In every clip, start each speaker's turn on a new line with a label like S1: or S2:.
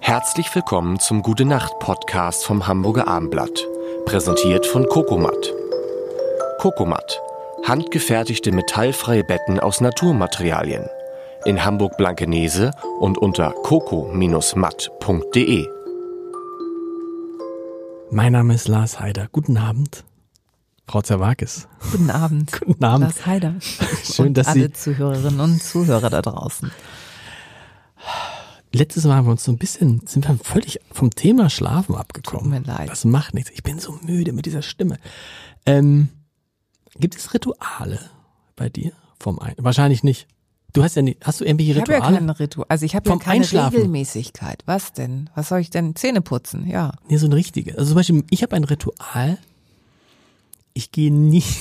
S1: Herzlich willkommen zum Gute Nacht Podcast vom Hamburger Armblatt, präsentiert von Kokomat. Kokomat, handgefertigte metallfreie Betten aus Naturmaterialien. In Hamburg Blankenese und unter coco-matt.de.
S2: Mein Name ist Lars Heider. Guten Abend, Frau Zerwakis.
S3: Guten Abend.
S2: Guten Abend.
S3: Lars Heider.
S2: Schön,
S3: und
S2: dass
S3: alle
S2: Sie-
S3: Zuhörerinnen und Zuhörer da draußen.
S2: Letztes Mal haben wir uns so ein bisschen, sind wir völlig vom Thema Schlafen abgekommen.
S3: Tut mir leid.
S2: Das macht nichts. Ich bin so müde mit dieser Stimme. Ähm, gibt es Rituale bei dir vom Ein? Wahrscheinlich nicht. Du hast ja nicht, hast du irgendwelche
S3: Ich habe ja
S2: Rituale?
S3: keine Ritual. Also ich habe ja
S2: Vom
S3: keine
S2: Einschlafen.
S3: Regelmäßigkeit. Was denn? Was soll ich denn? Zähne putzen, ja.
S2: nee, so ein richtiges. Also zum Beispiel, ich habe ein Ritual. Ich gehe nie.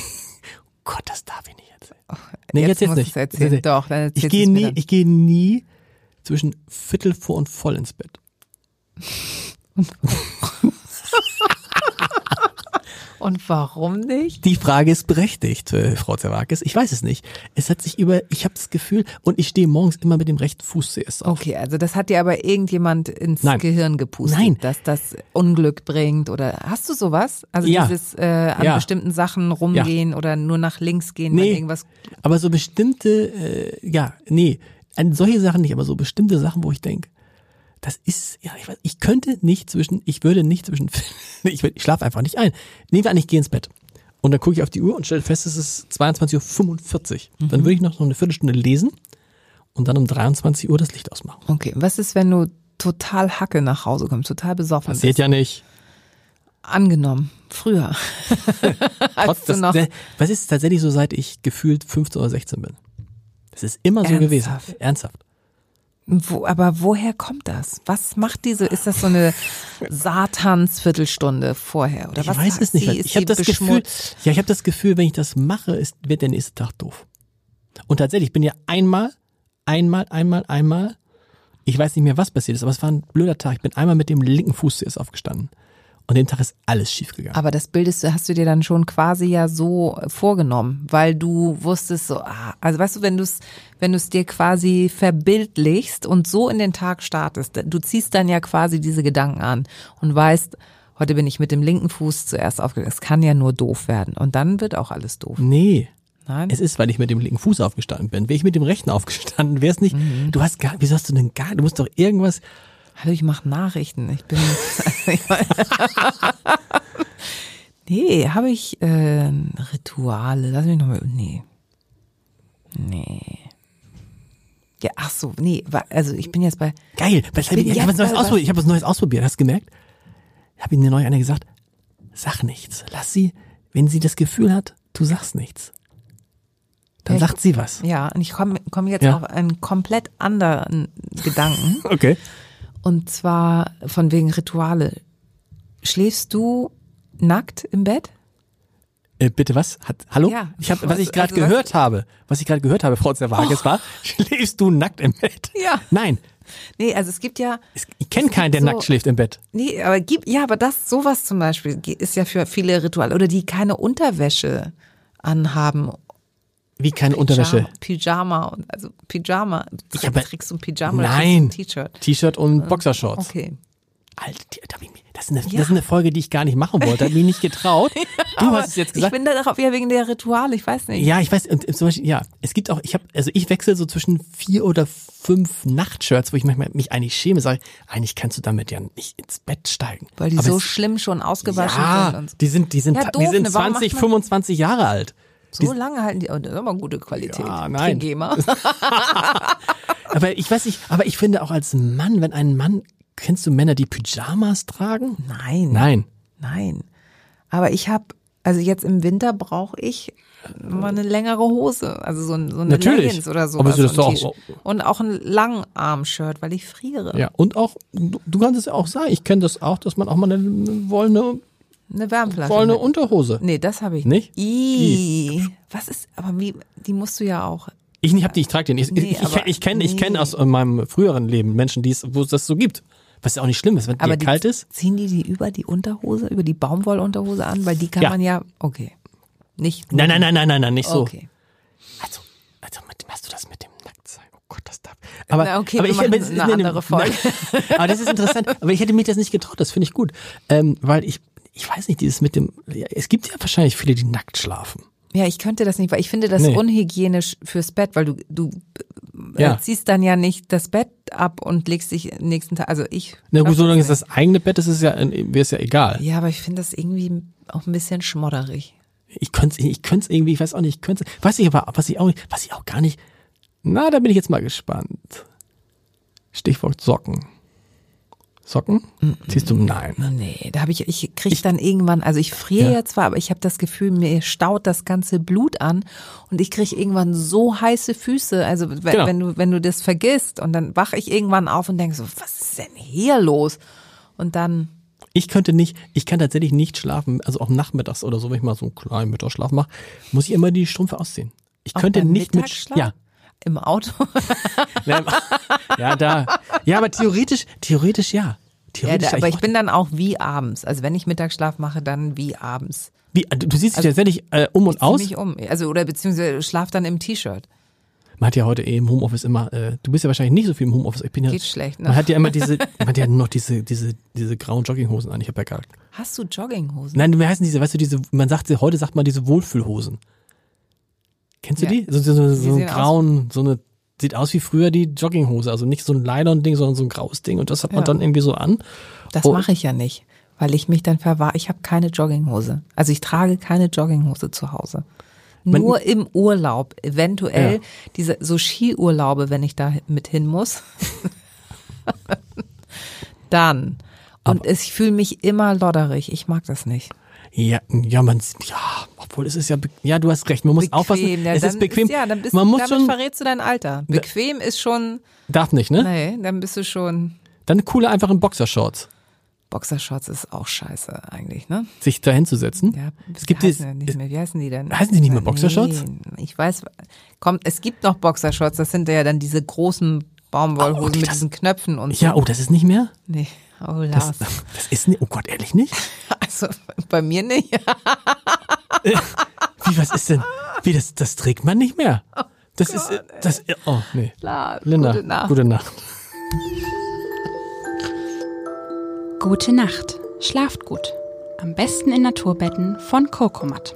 S2: Oh Gott, das darf ich nicht erzählen.
S3: Oh,
S2: Nee, jetzt, jetzt
S3: musst
S2: nicht.
S3: du's Erzählen.
S2: Jetzt-
S3: Doch, dann
S2: Ich
S3: erzählst
S2: gehe
S3: du's mir
S2: nie,
S3: dann.
S2: ich gehe nie zwischen Viertel vor und voll ins Bett.
S3: Und warum nicht?
S2: Die Frage ist berechtigt, äh, Frau Zerwakis. Ich weiß es nicht. Es hat sich über, ich habe das Gefühl, und ich stehe morgens immer mit dem rechten Fuß zuerst auf.
S3: Okay, also das hat dir aber irgendjemand ins
S2: Nein.
S3: Gehirn gepustet,
S2: Nein.
S3: dass das Unglück bringt oder hast du sowas? Also
S2: Ja.
S3: dieses äh, an
S2: Ja.
S3: bestimmten Sachen rumgehen oder nur nach links gehen, wenn
S2: Nee.
S3: irgendwas
S2: Aber so bestimmte, äh, ja, nee, an solche Sachen nicht, aber so bestimmte Sachen, wo ich denke, das ist, ja, ich weiß, ich könnte nicht zwischen, ich würde nicht zwischen, ich, würd- ich schlafe einfach nicht ein. Nehmen wir an, ich gehe ins Bett. Und dann gucke ich auf die Uhr und stelle fest, es ist 22.45 Uhr. Dann würde ich noch so eine Viertelstunde lesen und dann um 23 Uhr das Licht ausmachen.
S3: Okay, was ist, wenn du total Hacke nach Hause kommst, total besoffen
S2: Passiert ja nicht.
S3: Angenommen, früher.
S2: Trotz
S3: Als du
S2: des,
S3: noch
S2: der- was ist tatsächlich so, seit ich gefühlt 15 oder 16 bin? Das ist immer so gewesen.
S3: Ernsthaft?
S2: Ernsthaft.
S3: wo, aber woher kommt das? Was macht diese, ist das so eine Satans-Viertelstunde vorher? Oder
S2: ich
S3: was
S2: weiß
S3: sagt
S2: es nicht.
S3: Sie?
S2: weil
S3: Ist
S2: ich habe
S3: sie
S2: das Gefühl,
S3: beschmutzt?
S2: ja, ich habe das Gefühl, wenn ich das mache, ist, wird der nächste Tag doof. Und tatsächlich, ich bin ja einmal, einmal, einmal, einmal, ich weiß nicht mehr, was passiert ist, aber es war ein blöder Tag. Ich bin einmal mit dem linken Fuß zuerst aufgestanden. Und den Tag ist alles schief gegangen.
S3: Aber das bildest du, hast du dir dann schon quasi ja so vorgenommen, weil du wusstest so, ah, also weißt du, wenn du es, wenn du es dir quasi verbildlichst und so in den Tag startest, du ziehst dann ja quasi diese Gedanken an und weißt, heute bin ich mit dem linken Fuß zuerst aufgegangen. Es kann ja nur doof werden und dann wird auch alles doof.
S2: Nee.
S3: Nein?
S2: Es ist, weil ich mit dem linken Fuß aufgestanden bin. Wäre ich mit dem rechten aufgestanden, wäre es nicht.
S3: Mhm.
S2: Du hast gar, wieso hast du denn gar, du musst doch irgendwas,
S3: Hallo, ich mache Nachrichten. Ich bin. nee, habe ich äh, Rituale? Lass mich nochmal. Nee. Nee. Ja, ach so, nee, wa- also ich bin jetzt bei.
S2: Geil, was hab ich,
S3: bin
S2: ich habe was Neues
S3: jetzt mal was-
S2: ausprobiert. Ich habe was Neues ausprobiert. Hast du gemerkt? Hab ihnen neu einer gesagt, sag nichts. Lass sie, wenn sie das Gefühl hat, du sagst nichts. Dann
S3: Ja,
S2: sagt sie was.
S3: Ja, und ich komme komm jetzt
S2: Ja.
S3: auf einen komplett anderen Gedanken.
S2: Okay.
S3: und zwar von wegen Rituale. Schläfst du nackt im Bett?
S2: Äh, bitte was? Hat, hallo?
S3: Ja.
S2: Ich hab, was ich
S3: Also,
S2: gerade
S3: also, was- Oh.
S2: gehört habe, was ich gerade gehört habe, Frau Zerwages, war, schläfst du nackt im Bett?
S3: Ja.
S2: Nein,
S3: Nee, also es gibt ja.
S2: es, ich kenne keinen, der
S3: so-
S2: nackt schläft im Bett.
S3: Nee, aber gib, ja, aber das, sowas zum Beispiel ge- ist ja für viele Ritual. Oder die keine Unterwäsche anhaben.
S2: Wie keine Unterwäsche.
S3: Pyjama, Pyjama und, also Pyjama.
S2: Ja, aber-
S3: trägst du ein Pyjama oder
S2: Nein.
S3: trägst du ein T-Shirt?
S2: T-Shirt und Boxershorts.
S3: Okay.
S2: Alter, die- da bin ich mir- das ist, eine, das ist eine Folge, die ich gar nicht machen wollte. Da bin ich nicht getraut. Du hast es jetzt gesagt.
S3: Ich bin darauf ja wegen der Rituale, ich weiß nicht.
S2: Ja, ich weiß, und zum Beispiel, ja, es gibt auch, ich habe, also ich wechsle so zwischen vier oder fünf Nachtshirts, wo ich manchmal mich eigentlich schäme, sage, eigentlich kannst du damit ja nicht ins Bett steigen.
S3: Weil die
S2: Aber
S3: so
S2: es-
S3: schlimm schon ausgewaschen sind
S2: ja,
S3: und so.
S2: die sind, die sind,
S3: Ja,
S2: die
S3: doof,
S2: sind
S3: ne? Warum
S2: 20,
S3: macht man-
S2: 25 Jahre alt.
S3: So lange halten die, oh, das ist aber gute Qualität.
S2: Ja, nein.
S3: Trigema.
S2: Aber ich weiß nicht, aber ich finde auch als Mann, wenn ein Mann, kennst du Männer, die Pyjamas tragen?
S3: Nein.
S2: Nein.
S3: Nein. Aber ich habe, also jetzt im Winter brauche ich mal eine längere Hose, also so, ein, so eine
S2: Natürlich.
S3: Leggings oder so.
S2: Aber so das
S3: so ein
S2: ist doch auch-
S3: T-Shirt. Und auch ein Langarm-Shirt, weil ich friere.
S2: Ja, und auch, du, du kannst es ja auch sagen, ich kenne das auch, dass man auch mal eine wollene,
S3: Eine Wärmflasche.
S2: wollene
S3: mit.
S2: Unterhose.
S3: Nee, das habe ich
S2: Nicht?
S3: Ii. Was ist, aber wie, die musst du ja auch.
S2: Ich nicht hab die, ich trage den. Ich,
S3: Nee,
S2: ich, ich,
S3: aber-
S2: ich kenne ich kenn
S3: nee.
S2: aus äh, meinem früheren Leben Menschen, die es, wo es das so gibt. Was ja auch nicht schlimm ist, wenn
S3: Aber
S2: dir
S3: die,
S2: kalt ist.
S3: Ziehen die die über die Unterhose, über die Baumwollunterhose an, weil die kann
S2: Ja.
S3: man ja, okay. Nicht.
S2: Nein, nein, nein, nein, nein, nein, nicht so.
S3: Okay.
S2: Also, also mit, hast du das mit dem Nacktsein? Oh Gott, das Stop. Aber,
S3: Na, okay,
S2: aber
S3: wir
S2: ich
S3: machen
S2: aber das
S3: eine
S2: ist- nee, nee,
S3: andere Folge.
S2: nein. aber das ist interessant. Aber ich hätte mir das nicht getraut. Das finde ich gut, ähm, weil ich ich weiß nicht, dieses mit dem. Ja, es gibt ja wahrscheinlich viele, die nackt schlafen.
S3: Ja, ich könnte das nicht, weil ich finde das
S2: Nee.
S3: unhygienisch fürs Bett, weil du, du äh,
S2: Ja.
S3: ziehst dann ja nicht das Bett ab und legst dich nächsten Tag. Also ich.
S2: Na gut,
S3: schaff
S2: solange es
S3: nicht.
S2: das eigene Bett ist, ist es ja wäre es ja egal.
S3: Ja, aber ich finde das irgendwie auch ein bisschen schmodderig.
S2: Ich könnte ich könnte es irgendwie, ich weiß auch nicht, ich könnte was ich aber was ich auch was ich auch gar nicht. Na, da bin ich jetzt mal gespannt. Stichwort Socken. Socken?
S3: Mhm.
S2: Ziehst du nein.
S3: Nee, da habe ich, ich kriege dann irgendwann, also ich friere
S2: Ja.
S3: ja. zwar, aber ich habe das Gefühl, mir staut das ganze Blut an und ich kriege irgendwann so heiße Füße. Also wenn,
S2: Genau.
S3: wenn du, wenn du das vergisst und dann wache ich irgendwann auf und denke so, was ist denn hier los? Und dann,
S2: Ich könnte nicht, ich kann tatsächlich nicht schlafen, also auch nachmittags oder so, wenn ich mal so einen kleinen Mittagsschlaf mache, muss ich immer die Strümpfe ausziehen. Ich
S3: Auch
S2: könnte
S3: beim
S2: nicht mit
S3: Mittagsschlaf?
S2: ja,
S3: im Auto.
S2: Nein, ja da, ja, aber theoretisch, theoretisch ja,
S3: Ja,
S2: theoretisch.
S3: da,
S2: ja.
S3: aber ich
S2: mach-
S3: bin dann auch wie abends. Also wenn ich Mittagsschlaf mache, dann wie abends.
S2: wie, du du siehst dich tatsächlich äh, um und
S3: Also Zieh
S2: aus.
S3: mich um. Also oder beziehungsweise schlaf dann im T-Shirt.
S2: Man hat ja heute eh im Homeoffice immer, äh, du bist ja wahrscheinlich nicht so viel im Homeoffice. Ich bin ja,
S3: Geht schlecht, ne?
S2: Man hat ja immer diese, man hat ja nur noch diese, diese, diese grauen Jogginghosen an. Ich habe ja gar,
S3: Hast du Jogginghosen?
S2: nein, wie heißen diese, weißt du, diese, man sagt, sie- heute sagt man diese Wohlfühlhosen. Kennst du
S3: Ja.
S2: die? So, so, so,
S3: Sie
S2: so einen
S3: sehen aus-
S2: grauen, so eine, sieht aus wie früher die Jogginghose. Also nicht so ein Nylon-Ding, sondern so ein graues Ding. Und das hat man
S3: Ja.
S2: dann irgendwie so an.
S3: Das
S2: Oh.
S3: mache ich ja nicht, weil ich mich dann verwahre. Ich habe keine Jogginghose. Also ich trage keine Jogginghose zu Hause.
S2: Man-
S3: Nur im Urlaub, eventuell
S2: Ja.
S3: diese so Skiurlaube, wenn ich da mit hin muss. dann. Und es, ich fühle mich immer lodderig. Ich mag das nicht.
S2: Ja, ja, man, ja, obwohl es ist ja, be- ja, du hast recht, man muss aufpassen.
S3: ja,
S2: es ist
S3: dann
S2: bequem.
S3: ja, dann bist,
S2: man muss
S3: damit
S2: schon,
S3: verrätst du dein Alter. Bequem ist schon,
S2: darf nicht, ne?
S3: nee, dann bist du schon,
S2: Dann cooler einfach in Boxershorts.
S3: Boxershorts ist auch scheiße eigentlich, ne?
S2: sich da hinzusetzen.
S3: Ja,
S2: es gibt
S3: die
S2: dieses,
S3: heißen ja nicht mehr. Wie heißen die denn?
S2: Heißen die nicht mehr Boxershorts?
S3: Nee, ich weiß, kommt, es gibt noch Boxershorts, das sind ja dann diese großen
S2: Oh,
S3: Baumwollhosen
S2: die-
S3: mit
S2: das-
S3: diesen Knöpfen und so.
S2: ja, oh, das ist nicht mehr?
S3: Nee. Oh,
S2: Das,
S3: Lars.
S2: das ist nicht, oh Gott, ehrlich nicht?
S3: Also bei mir nicht.
S2: Wie, was ist denn? Wie, das, das trägt man nicht mehr. Das ist, äh, das, äh, oh, nee.
S3: Lars,
S2: Linda,
S3: gute Nacht.
S2: Gute Nacht.
S4: Gute Nacht. Schlaft gut. Am besten in Naturbetten von Kokomat.